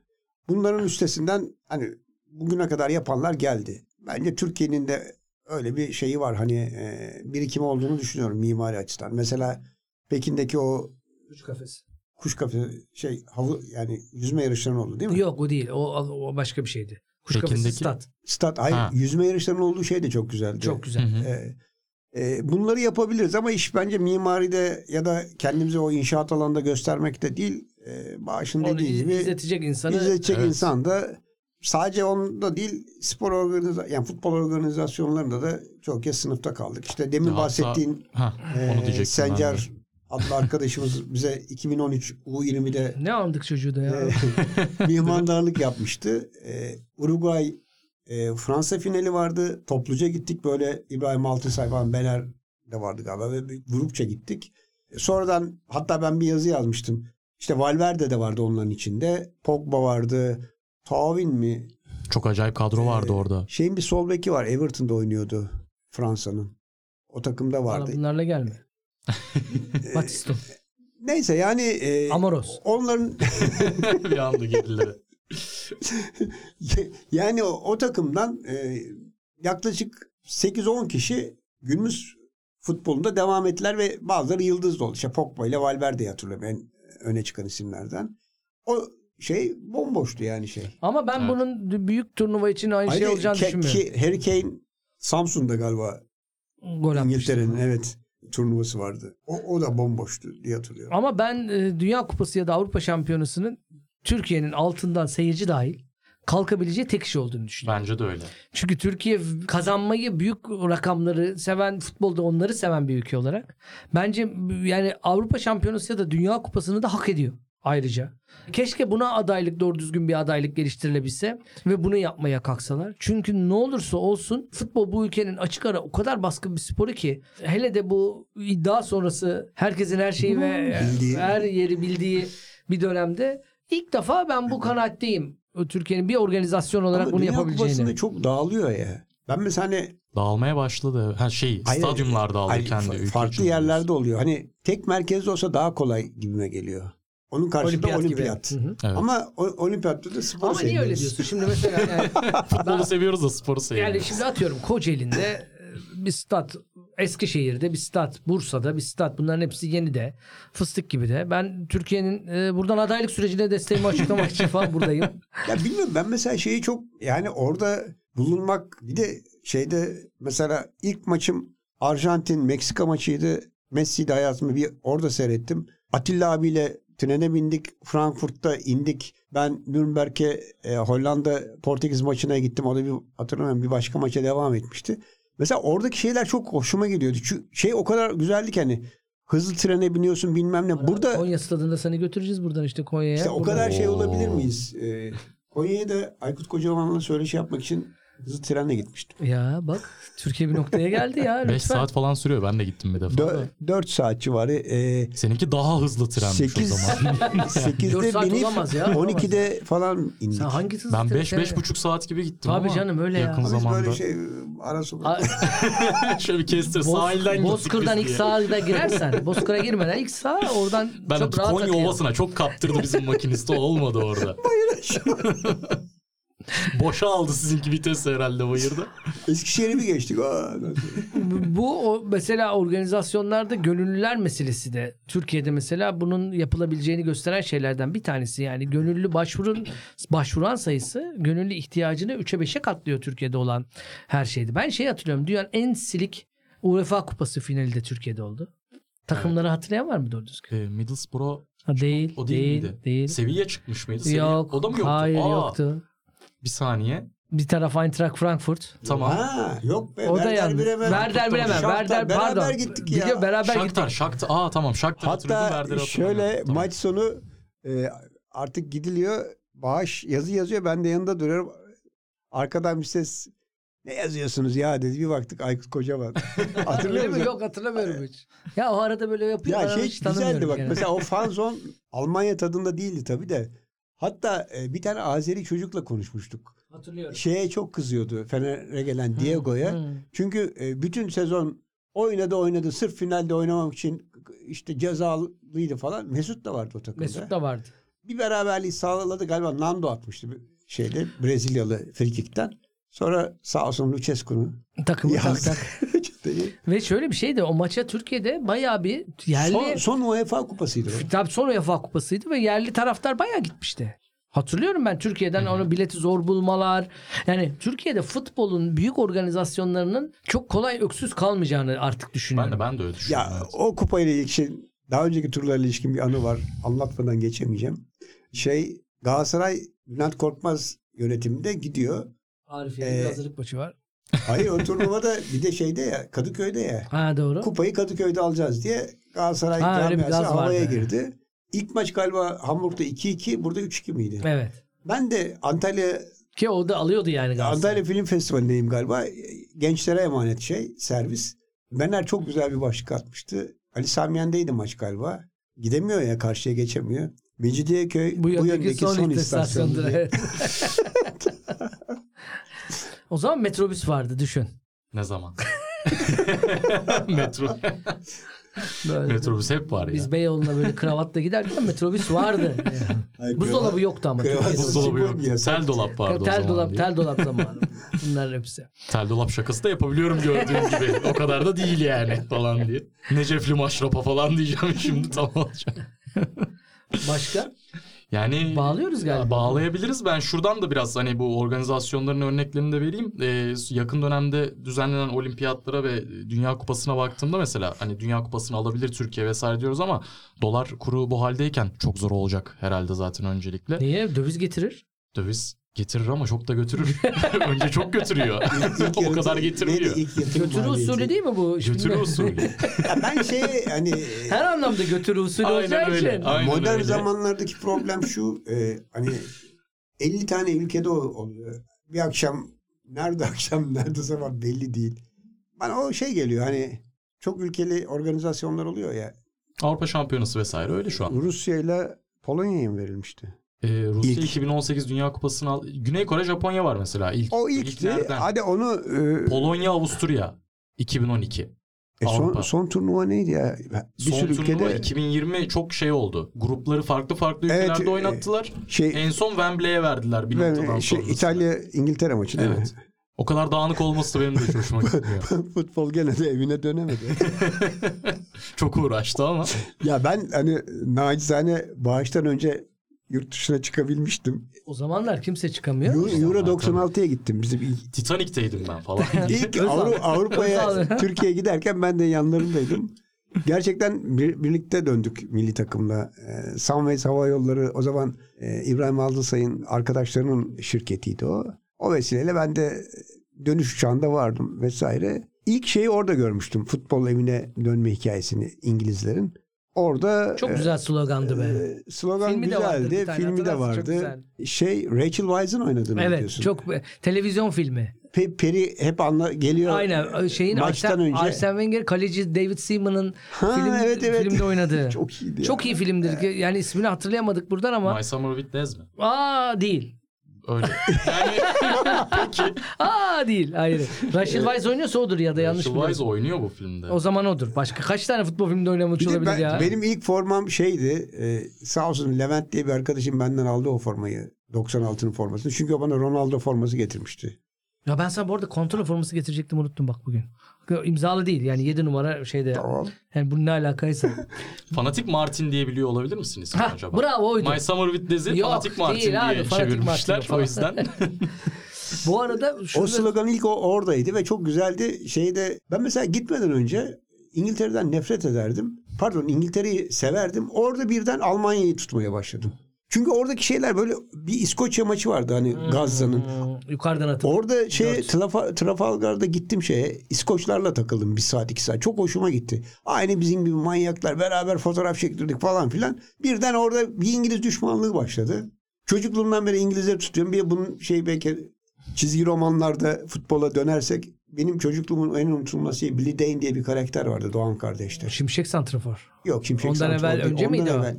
Bunların üstesinden hani bugüne kadar yapanlar geldi. Bence Türkiye'nin de öyle bir şeyi var hani e, birikimi olduğunu düşünüyorum mimari açıdan. Mesela Pekin'deki o Üç kafes. kuş kafesi şey havu yani yüzme yarışlarının oldu değil mi? Yok o değil. O, o başka bir şeydi. Kuş kafesi Pekin'deki- stat. Stat hayır Ha. yüzme yarışlarının olduğu şey de çok güzeldi. Çok güzel. Hı hı. E, e, bunları yapabiliriz ama iş bence mimaride ya da kendimizi o inşaat alanında göstermekte değil. E, Bağış'ın Onu dediği gibi izletecek insanı izletecek Evet. insan da sadece onda değil spor organiza yani futbol organizasyonlarında da çok kez sınıfta kaldık. İşte demin Hatta- bahsettiğin Hah, e, onu diyecektim ben de. Sencer adlı arkadaşımız bize 2013 U20'de ne andık çocuğu da ya. e, mimandarlık yapmıştı. E, Uruguay e, Fransa finali vardı. Topluca gittik böyle İbrahim Altınay falan Beler de vardı galiba ve bir grupça gittik. E, Sonradan hatta ben bir yazı yazmıştım. İşte Valverde de vardı onların içinde. Pogba vardı. Tavin mi? Çok acayip kadro vardı Ee, orada. Şeyin bir sol beki var. Everton'da oynuyordu Fransa'nın. O takımda Bana vardı. bunlarla gelme. Batiston. Neyse yani e, Amoros. onların bir anda girdiler. yani o, o takımdan e, yaklaşık 8-10 kişi günümüz futbolunda devam ettiler ve bazıları yıldız da oldu. İşte Pogba ile Valverde'yi hatırlıyorum en öne çıkan isimlerden. O şey bomboştu yani şey. Ama ben Evet. bunun d- büyük turnuva için aynı şey Ayrıca olacağını Ke- düşünmüyorum. Ke- Harry Kane Samsun'da galiba Gol atmıştı. İngiltere'nin evet turnuvası vardı. O, o da bomboştu diye hatırlıyorum. Ama ben e, Dünya Kupası ya da Avrupa Şampiyonası'nın Türkiye'nin altından seyirci dahil kalkabileceği tek iş olduğunu düşünüyorum. Bence de öyle. Çünkü Türkiye kazanmayı büyük rakamları seven futbolda onları seven bir ülke olarak bence yani Avrupa Şampiyonası ya da Dünya Kupası'nı da hak ediyor. ayrıca. Keşke buna adaylık doğru düzgün bir adaylık geliştirilebilse ve bunu yapmaya kalksalar. Çünkü ne olursa olsun futbol bu ülkenin açık ara o kadar baskın bir sporu ki hele de bu iddia sonrası herkesin her şeyi ve Bildiği. her yeri bildiği bir dönemde ilk defa ben bu kanaatteyim. Türkiye'nin bir organizasyon olarak Ama bunu Dünya yapabileceğini. Kupası'nda çok dağılıyor ya. Ben mesela hani Dağılmaya başladı. Ha şey Hayır, stadyumlar dağıldı hayır, kendi fa- ülke farklı için. yerlerde oluyor. Hani tek merkezde olsa daha kolay gibime geliyor. Onun karşılığında Olimpiyat olimpiyat. gibi. Hı hı. Evet. Ama o- olimpiyatta da spor Ama niye öyle seviyoruz. diyorsun? Şimdi mesela yani, Futbolu seviyoruz da sporu seviyoruz. yani şimdi atıyorum Kocaeli'nde e, bir stat, Eskişehir'de bir stat, Bursa'da bir stat. Bunların hepsi yeni de. Fıstık gibi de. Ben Türkiye'nin e, buradan adaylık sürecine desteğimi açıklamak için falan buradayım. Ya bilmiyorum ben mesela şeyi çok yani orada bulunmak bir de şeyde mesela ilk maçım Arjantin Meksika maçıydı. Messi'de hayatımı bir orada seyrettim. Atilla abiyle trene bindik. Frankfurt'ta indik. Ben Nürnberg'e e, Hollanda Portekiz maçına gittim. O da bir hatırlamıyorum bir başka maça devam etmişti. Mesela oradaki şeyler çok hoşuma gidiyordu. Çünkü şey o kadar güzeldi ki hani hızlı trene biniyorsun bilmem ne. Burada Konya stadında seni götüreceğiz buradan işte Konya'ya. işte o Buradan- kadar şey Oo. olabilir miyiz? Ee, Konya'ya da Aykut Kocaman'la söyleşi yapmak için hızlı trenle gitmiştim. Ya bak Türkiye bir noktaya geldi ya. 5 lütfen. saat falan sürüyor. Ben de gittim bir defa. da. 4 saat civarı. Ee, Seninki daha hızlı trenmiş o 8 zaman. 8'de Dört saat binip olamaz ya, olamaz. 12'de falan indik. Sen hangisi ben hızlı 5 tren- 5,5 saat gibi gittim Tabii ama canım, öyle ya. yakın Biz Biz zamanda. böyle şey ara sokak. A- Şöyle bir kestir. Boz- sahilden gittik Bozkır'dan biz ilk diye. sağda girersen, Bozkır'a girmeden ilk sağ oradan Ben çok rahat Konya akıyor. Ovası'na çok kaptırdı bizim makiniste olmadı orada. Boşa aldı sizinki vites herhalde bayırda. Eskişehir'i bir geçtik. Aa, Bu o, mesela organizasyonlarda gönüllüler meselesi de Türkiye'de mesela bunun yapılabileceğini gösteren şeylerden bir tanesi. Yani gönüllü başvurun başvuran sayısı gönüllü ihtiyacını 3'e 5'e katlıyor Türkiye'de olan her şeydi. Ben şey hatırlıyorum dünyanın en silik UEFA kupası finali de Türkiye'de oldu. Takımları hatırlayan var mı doğru düzgün? E, Middlesbrough Ha, değil, o değil, değil, miydi? değil. Seviye çıkmış mıydı? Seviye- Yok, O da mı yoktu? hayır Aa, yoktu. Bir saniye. Bir taraf Eintracht Frankfurt. Tamam. Ha, yok be. O da Werder yandı. Bremen. Werder Bremen. Shakhtar, Werder beraber pardon. gittik ya. Biliyor, beraber gittik. Shakhtar, Shakhtar. Aa tamam Shakhtar hatırladım, Hatta Werder'i şöyle hatırlamıyorum. Tamam. maç sonu e, artık gidiliyor. Bağış yazı yazıyor. Ben de yanında duruyorum. Arkadan bir ses ne yazıyorsunuz ya dedi. Bir baktık Aykut Kocaman. Hatırlıyor Öyle mi? musun? Yok hatırlamıyorum hiç. Ya o arada böyle yapıyor. Ya ben şey hiç tanımıyorum güzeldi bak. yani. Mesela o fanzon Almanya tadında değildi tabii de. Hatta e, bir tane Azeri çocukla konuşmuştuk. Hatırlıyorum. Şeye çok kızıyordu Fener'e gelen Hmm. Diego'ya. Çünkü e, bütün sezon oynadı oynadı. Sırf finalde oynamak için işte cezalıydı falan. Mesut da vardı o takımda. Mesut da vardı. bir beraberliği sağladı galiba Nando atmıştı bir şeyde Brezilyalı frikikten. Sonra sağ olsun Lucescu'nu Takımı yaktı. taksak. Ve şöyle bir şey de o maça Türkiye'de bayağı bir yerli... son, Tabii son UEFA kupasıydı. o. Son... UEFA kupasıydı ve yerli taraftar bayağı gitmişti. Hatırlıyorum ben Türkiye'den onu bileti zor bulmalar. Yani Türkiye'de futbolun büyük organizasyonlarının çok kolay öksüz kalmayacağını artık Ben düşünüyorum. de ben de öyle düşünüyorum. Ya evet. o kupayla ilişkin daha önceki turlarla ilişkin bir anı var. Anlatmadan geçemeyeceğim. Şey Galatasaray Bülent Korkmaz yönetiminde gidiyor. Arif Ee, Yayın'ın hazırlık maçı var. Hayır o turnuvada bir de şeyde ya Kadıköy'de ya. Ha doğru. Kupayı Kadıköy'de alacağız diye Galatasaray Ha, öyle bir camiası gaz vardı. havaya girdi. İlk maç galiba Hamburg'da 2-2 burada 3-2 miydi? Evet. Ben de Antalya Ki o da alıyordu yani Galatasaray. Antalya Film Festivali'ndeyim galiba. Gençlere emanet şey, servis. Benler çok güzel bir başlık atmıştı. Ali Samiyen'deydi maç galiba. Gidemiyor ya karşıya geçemiyor. Mecidiyeköy bu, Bu yöndeki, yöndeki son, istasyondur. istasyondu. evet. o zaman metrobüs vardı düşün. Ne zaman? Metro. Böyle. Metrobüs hep var ya. Biz Beyoğlu'na böyle kravatla giderken metrobüs vardı. Yani. Hayır, Buzdolabı yoktu ama. Kravat- Türkiye'de. Buzdolabı Sigorta ya. yok. Tel dolap vardı o tel zaman. dolap, diye. tel dolap zamanı. Bunlar hepsi. Tel dolap şakası da yapabiliyorum gördüğün gibi. O kadar da değil yani falan diye. Necefli maşrapa falan diyeceğim şimdi tam olacak. Başka? Yani Bağlıyoruz galiba. Ya, bağlayabiliriz. Ben şuradan da biraz hani bu organizasyonların örneklerini de vereyim. Ee, yakın dönemde düzenlenen olimpiyatlara ve Dünya Kupası'na baktığımda mesela hani Dünya Kupası'nı alabilir Türkiye vesaire diyoruz ama dolar kuru bu haldeyken çok zor olacak herhalde zaten öncelikle. Niye? Döviz getirir. Döviz Getirir ama çok da götürür. Önce çok götürüyor. İlk o yarı- kadar getirmiyor. neydi ilk yarı Götürü maliyeti? usulü değil mi bu? Şimdi- Götürü usulü. Ya ben şey hani Her anlamda götürü usulü şey. Aynen olacağı öyle. için. Aynen modern öyle. zamanlardaki problem şu e, hani 50 tane ülkede o- oluyor. Bir akşam nerede akşam nerede sabah belli değil. Bana o şey geliyor hani çok ülkeli organizasyonlar oluyor ya. Avrupa Şampiyonası vesaire öyle şu an. Rusya ile Polonya'ya mı verilmişti? Ee, Rusya İlk. 2018 Dünya Kupası'nı al... Güney Kore, Japonya var mesela ilk. O ilkti. nereden? Hadi onu e, Polonya, Avusturya 2012. e, son, Avrupa. son turnuva neydi ya? Bir Son sürü turnuva ülkede 2020 çok şey oldu. Grupları farklı farklı Evet, ülkelerde e, oynattılar. şey, En son Wembley'e verdiler bir noktadan şey sonra. İtalya İngiltere maçı değil Evet. O kadar dağınık olması da benim de hiç hoşuma gitmiyor. mi? Futbol gene de evine dönemedi. Çok uğraştı ama. Ya ben hani nacizane bağıştan önce yurt dışına çıkabilmiştim. O zamanlar kimse çıkamıyor. Euro, Euro Tamam, 96'ya gittim bizim ilk. Titanik'teydim ben falan. İlk Özal. Avru- Avrupa'ya Özal. Türkiye'ye giderken ben de yanlarındaydım. Gerçekten bir- birlikte döndük milli takımla. Ee, Sunways Hava Yolları o zaman e, İbrahim Aldısay'ın arkadaşlarının şirketiydi o. O vesileyle ben de e, dönüş uçağında vardım vesaire. İlk şeyi orada görmüştüm. Futbol evine dönme hikayesini İngilizlerin. Orada Çok e, güzel slogandı be. Ee, slogan Filmi de vardı güzeldi. bir tane, filmi de hatırlarsın, çok vardı. Şey Rachel Weisz'in oynadığını mı Evet diyorsun. çok televizyon filmi. Pe- Peri hep anla geliyor. Aynen şeyin maçtan Arsen, önce. Arsene Wenger kaleci David Seaman'ın Ha, film, evet, evet. filmde oynadığı. çok, çok iyiydi. ya. iyi filmdir. ki Yani ismini hatırlayamadık buradan ama My Summer with Dez mi? aa değil. Öyle. Yani peki. Aa değil. Hayır. Rachel Weisz oynuyorsa odur ya da yanlış Rachel Weisz biliyorum. oynuyor bu filmde. O zaman odur. Başka kaç tane futbol filminde oynamış Bir de olabilir ben- ya? Benim ilk formam şeydi. E, sağ olsun Levent diye bir arkadaşım benden aldı o formayı. 96'nın formasını. Çünkü o bana Ronaldo forması getirmişti. Ya ben sana bu arada kontrol forması getirecektim unuttum bak bugün. İmzalı değil yani 7 numara şeyde. Tamam. Yani bunun ne alakaysa. Fanatik Martin diye biliyor olabilir misiniz Ha, acaba? bravo, oydu. My Summer with Dez'i Yok, Fanatik Martin değil abi, diye Fanatik çevirmişler. Martin falan. o yüzden bu arada O şunu da- slogan ilk o oradaydı ve çok güzeldi. Şeyde ben mesela gitmeden önce İngiltere'den nefret ederdim. Pardon İngiltere'yi severdim. Orada birden Almanya'yı tutmaya başladım. Çünkü oradaki şeyler böyle bir İskoçya maçı vardı hani Gazze'nin. Hmm, yukarıdan atın. Orada şey Dört. Trafa- Trafalgar'da gittim şeye İskoçlarla takıldım bir saat iki saat. Çok hoşuma gitti. Aynı bizim gibi manyaklar beraber fotoğraf çektirdik falan filan. Birden orada bir İngiliz düşmanlığı başladı. Çocukluğumdan beri İngilizleri tutuyorum. Bir bunun şey belki çizgi romanlarda futbola dönersek benim çocukluğumun en unutulmaz şeyi Billy Dane diye bir karakter vardı Doğan kardeşler. Şimşek Santrafor. Yok Şimşek Ondan Santrafor evvel değil, önce ondan miydi o? evvel.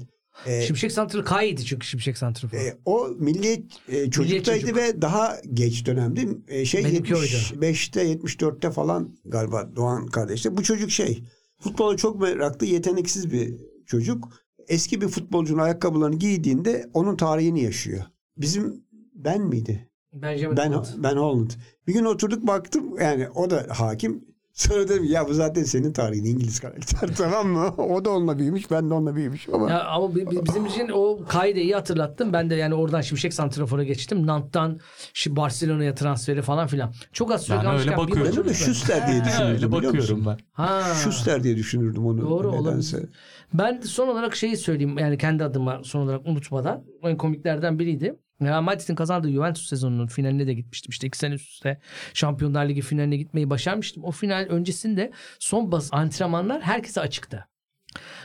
Ee, Şimşek Santrafor K'ydi çünkü Şimşek Santrafor. e, o milliyet e, çocuktaydı çocuk. ve daha geç dönemdi. E, şey Benimki 75'te 74'te falan galiba Doğan kardeşte. Bu çocuk şey futbola çok meraklı, yeteneksiz bir çocuk. Eski bir futbolcunun ayakkabılarını giydiğinde onun tarihini yaşıyor. Bizim ben miydi? Benjamin Ben Holt. ben Holland. Bir gün oturduk baktım yani o da hakim. Sonra dedim ya bu zaten senin tarihin İngiliz karakter tamam mı? O da onunla büyümüş ben de onunla büyümüşüm ama. Ya ama bi- bi- bizim için o K'yı da iyi hatırlattım. Ben de yani oradan Şimşek Santrafor'a geçtim. Nant'tan şi- Barcelona'ya transferi falan filan. Çok az süre Ben kalmışken öyle bir bakıyorum. Ben maçı- onu Schuster diye düşünürdüm öyle biliyor musun? bakıyorum ben. Ha. Schuster diye düşünürdüm onu. Doğru nedense. olabilir. Ben son olarak şeyi söyleyeyim yani kendi adıma son olarak unutmadan en komiklerden biriydi. Real Madrid'in kazandığı Juventus sezonunun finaline de gitmiştim. İşte iki sene üst üste Şampiyonlar Ligi finaline gitmeyi başarmıştım. O final öncesinde son bas antrenmanlar herkese açıktı.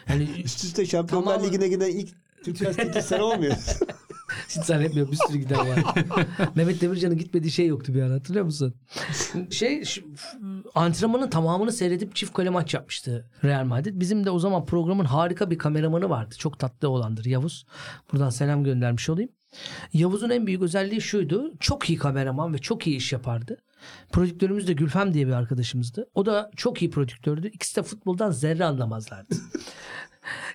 Yani Üst üste Şampiyonlar Tamam. Ligi'ne giden ilk Türk gazetecisi olmuyor. Hiç zannetmiyorum bir sürü giden var. Mehmet Demircan'ın gitmediği şey yoktu bir an hatırlıyor musun? Şey şu- antrenmanın tamamını seyredip çift kale maç yapmıştı Real Madrid. Bizim de o zaman programın harika bir kameramanı vardı. Çok tatlı olandır Yavuz. Buradan selam göndermiş olayım. Yavuz'un en büyük özelliği şuydu. Çok iyi kameraman ve çok iyi iş yapardı. Prodüktörümüz de Gülfem diye bir arkadaşımızdı. O da çok iyi prodüktördü. İkisi de futboldan zerre anlamazlardı.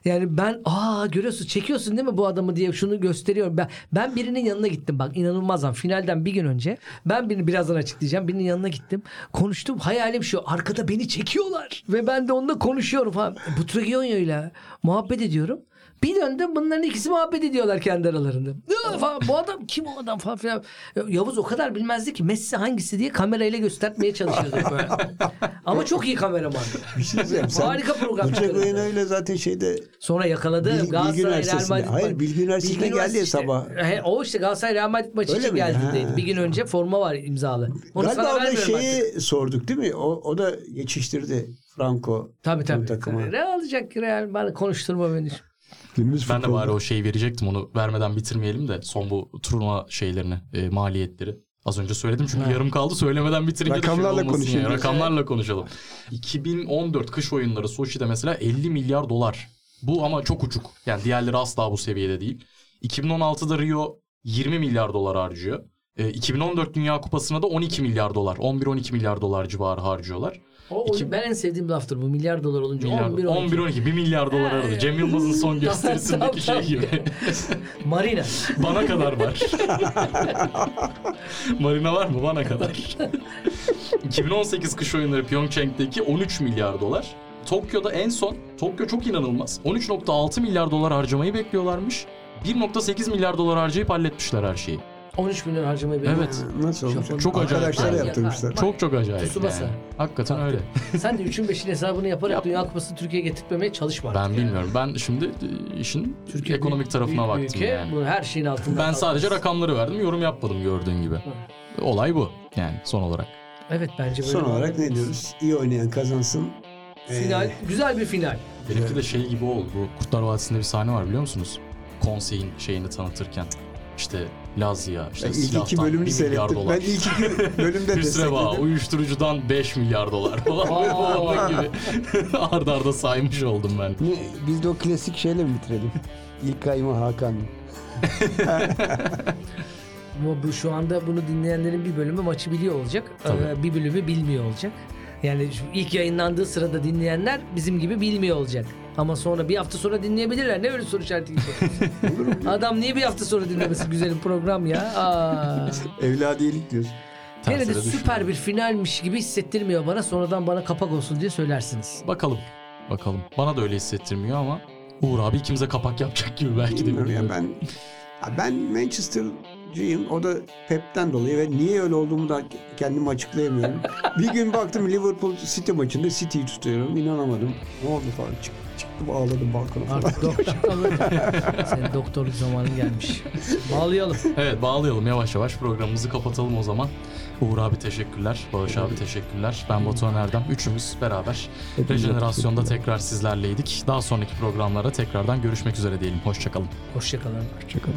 Yani ben aa görüyorsun çekiyorsun değil mi bu adamı diye şunu gösteriyorum. Ben ben birinin yanına gittim bak inanılmaz lan finalden bir gün önce. Ben birini birazdan açıklayacağım. Birinin yanına gittim. Konuştum. Hayalim şu arkada beni çekiyorlar ve ben de onunla konuşuyorum falan. E, Bu ile muhabbet ediyorum. Bir döndüm bunların ikisi muhabbet ediyorlar kendi aralarında. "Aa!" falan, bu adam kim o adam falan filan. Yavuz o kadar bilmezdi ki Messi hangisi diye kamerayla göstermeye çalışıyordu böyle. Ama çok iyi kameraman. Bir şey söyleyeyim. Sen Harika program Uçak çıkarıyordu. öyle zaten şeyde şeyde Sonra yakaladı. Bil- Bilgi Galatasaray Real Üniversitesi'nde. Madrid Hayır, maçı. Bilgi Üniversitesi'ne geldi ya Üniversitesi- sabah. He, o işte Galatasaray Real Madrid maçı Öyle için miydi? geldiğindeydi. Ha. Bir gün önce forma var imzalı. Onu sana Galiba orada vermiyorum şeyi artık. sorduk değil mi? O, o da geçiştirdi Franco. Tabii bu takıma. tabii. Ne alacak Real Madrid? Konuşturma beni. Günümüz Ben de futbolu. bari o şeyi verecektim onu vermeden bitirmeyelim de son bu turnuva şeylerini e, maliyetleri. Az önce söyledim çünkü Ha. yarım kaldı söylemeden bitirince de şey Rakamlarla olmasın ya, konuşuyoruz. Rakamlarla konuşalım. 2014 kış oyunları Soçi'de mesela 50 milyar dolar. Bu ama çok uçuk. Yani diğerleri asla bu seviyede değil. 2016'da Rio 20 milyar dolar harcıyor. E, 2014 Dünya Kupası'na da 12 milyar dolar, 11-12 milyar dolar civarı harcıyorlar. O, İki- o- ben en sevdiğim laftır bu. Milyar dolar olunca Milyar- 11 12. 11-12 1 milyar dolar aradı. Cem Yılmaz'ın son gösterisindeki şey Tamam, tamam. gibi. Marina. Bana kadar var. Marina var mı? Bana kadar. 2018 kış oyunları Pyeongchang'deki 13 milyar dolar. Tokyo'da en son, Tokyo çok inanılmaz. 13.6 milyar dolar harcamayı bekliyorlarmış. 1.8 milyar dolar harcayıp halletmişler her şeyi. 13 milyon harcamayı Evet. Nasıl olmuş? Çok- çok acayip. Arkadaşlara Ay, yaptırmışlar. yapar. Çok çok acayip. Tsubasa. Yani. Hakikaten öyle. Sen de 3'ün 5'in hesabını yaparak Yap. Dünya Kupası'nı Türkiye'ye getirtmemeye çalışma artık. Ben bilmiyorum. Ben şimdi e, işin Türkiye ekonomik büyük- tarafına büyük bir baktım ülke, yani. Bu her şeyin altında. Ben kalmış. sadece rakamları verdim. Yorum yapmadım gördüğün gibi. Olay bu. Yani son olarak. Evet bence böyle. Son bir- olarak ne diyoruz? İyi oynayan kazansın. Ee, Final. Güzel bir final. Benimki de şey gibi oldu. Bu Kurtlar Vadisi'nde bir sahne var biliyor musunuz? Konseyin şeyini tanıtırken. işte Lazia, ben işte ilk iki silahtan 1 bölümünü milyar seyrettim. dolar. Ben ilk iki bölümde Hüsrev Ağa, destekledim. uyuşturucudan 5 milyar dolar falan. Onun gibi ard arda saymış oldum ben. Ne, biz de o klasik şeyle mi bitirelim? İlk kayma Hakan. Ama bu şu anda bunu dinleyenlerin bir bölümü maçı biliyor olacak. Tabii. Ee, Bir bölümü bilmiyor olacak. Yani şu ilk yayınlandığı sırada dinleyenler bizim gibi bilmiyor olacak. Ama sonra bir hafta sonra dinleyebilirler. Ne öyle soru işareti gibi. Adam niye bir hafta sonra dinlemesin güzelim program ya? Aa. Evladiyelik diyorsun. Gene de Tersine süper düşündüm. bir finalmiş gibi hissettirmiyor bana. Sonradan bana kapak olsun diye söylersiniz. Bakalım. Bakalım. Bana da öyle hissettirmiyor ama Uğur abi ikimize kapak yapacak gibi belki de. Bilmiyorum ya bilmiyorum. ben ya ben Manchester'cıyım. O da Pep'ten dolayı ve niye öyle olduğumu da kendim açıklayamıyorum. bir gün baktım Liverpool City maçında City'yi tutuyorum. İnanamadım. Ne oldu falan. Çık, çıktım ağladım balkona falan. Artık doktorluk. Senin doktorluk zamanın gelmiş. Bağlayalım. Evet bağlayalım yavaş yavaş programımızı kapatalım o zaman. Uğur abi teşekkürler, Bağış abi teşekkürler. Ben Batuhan Erdem. Üçümüz beraber Rejenerasyon'da tekrar sizlerleydik. Daha sonraki programlarda tekrardan görüşmek üzere diyelim. Hoşçakalın. Hoşçakalın. Hoşçakalın.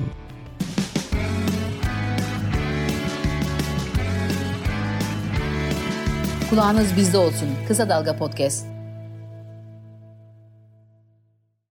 Kulağınız bizde olsun. Kısa Dalga Podcast.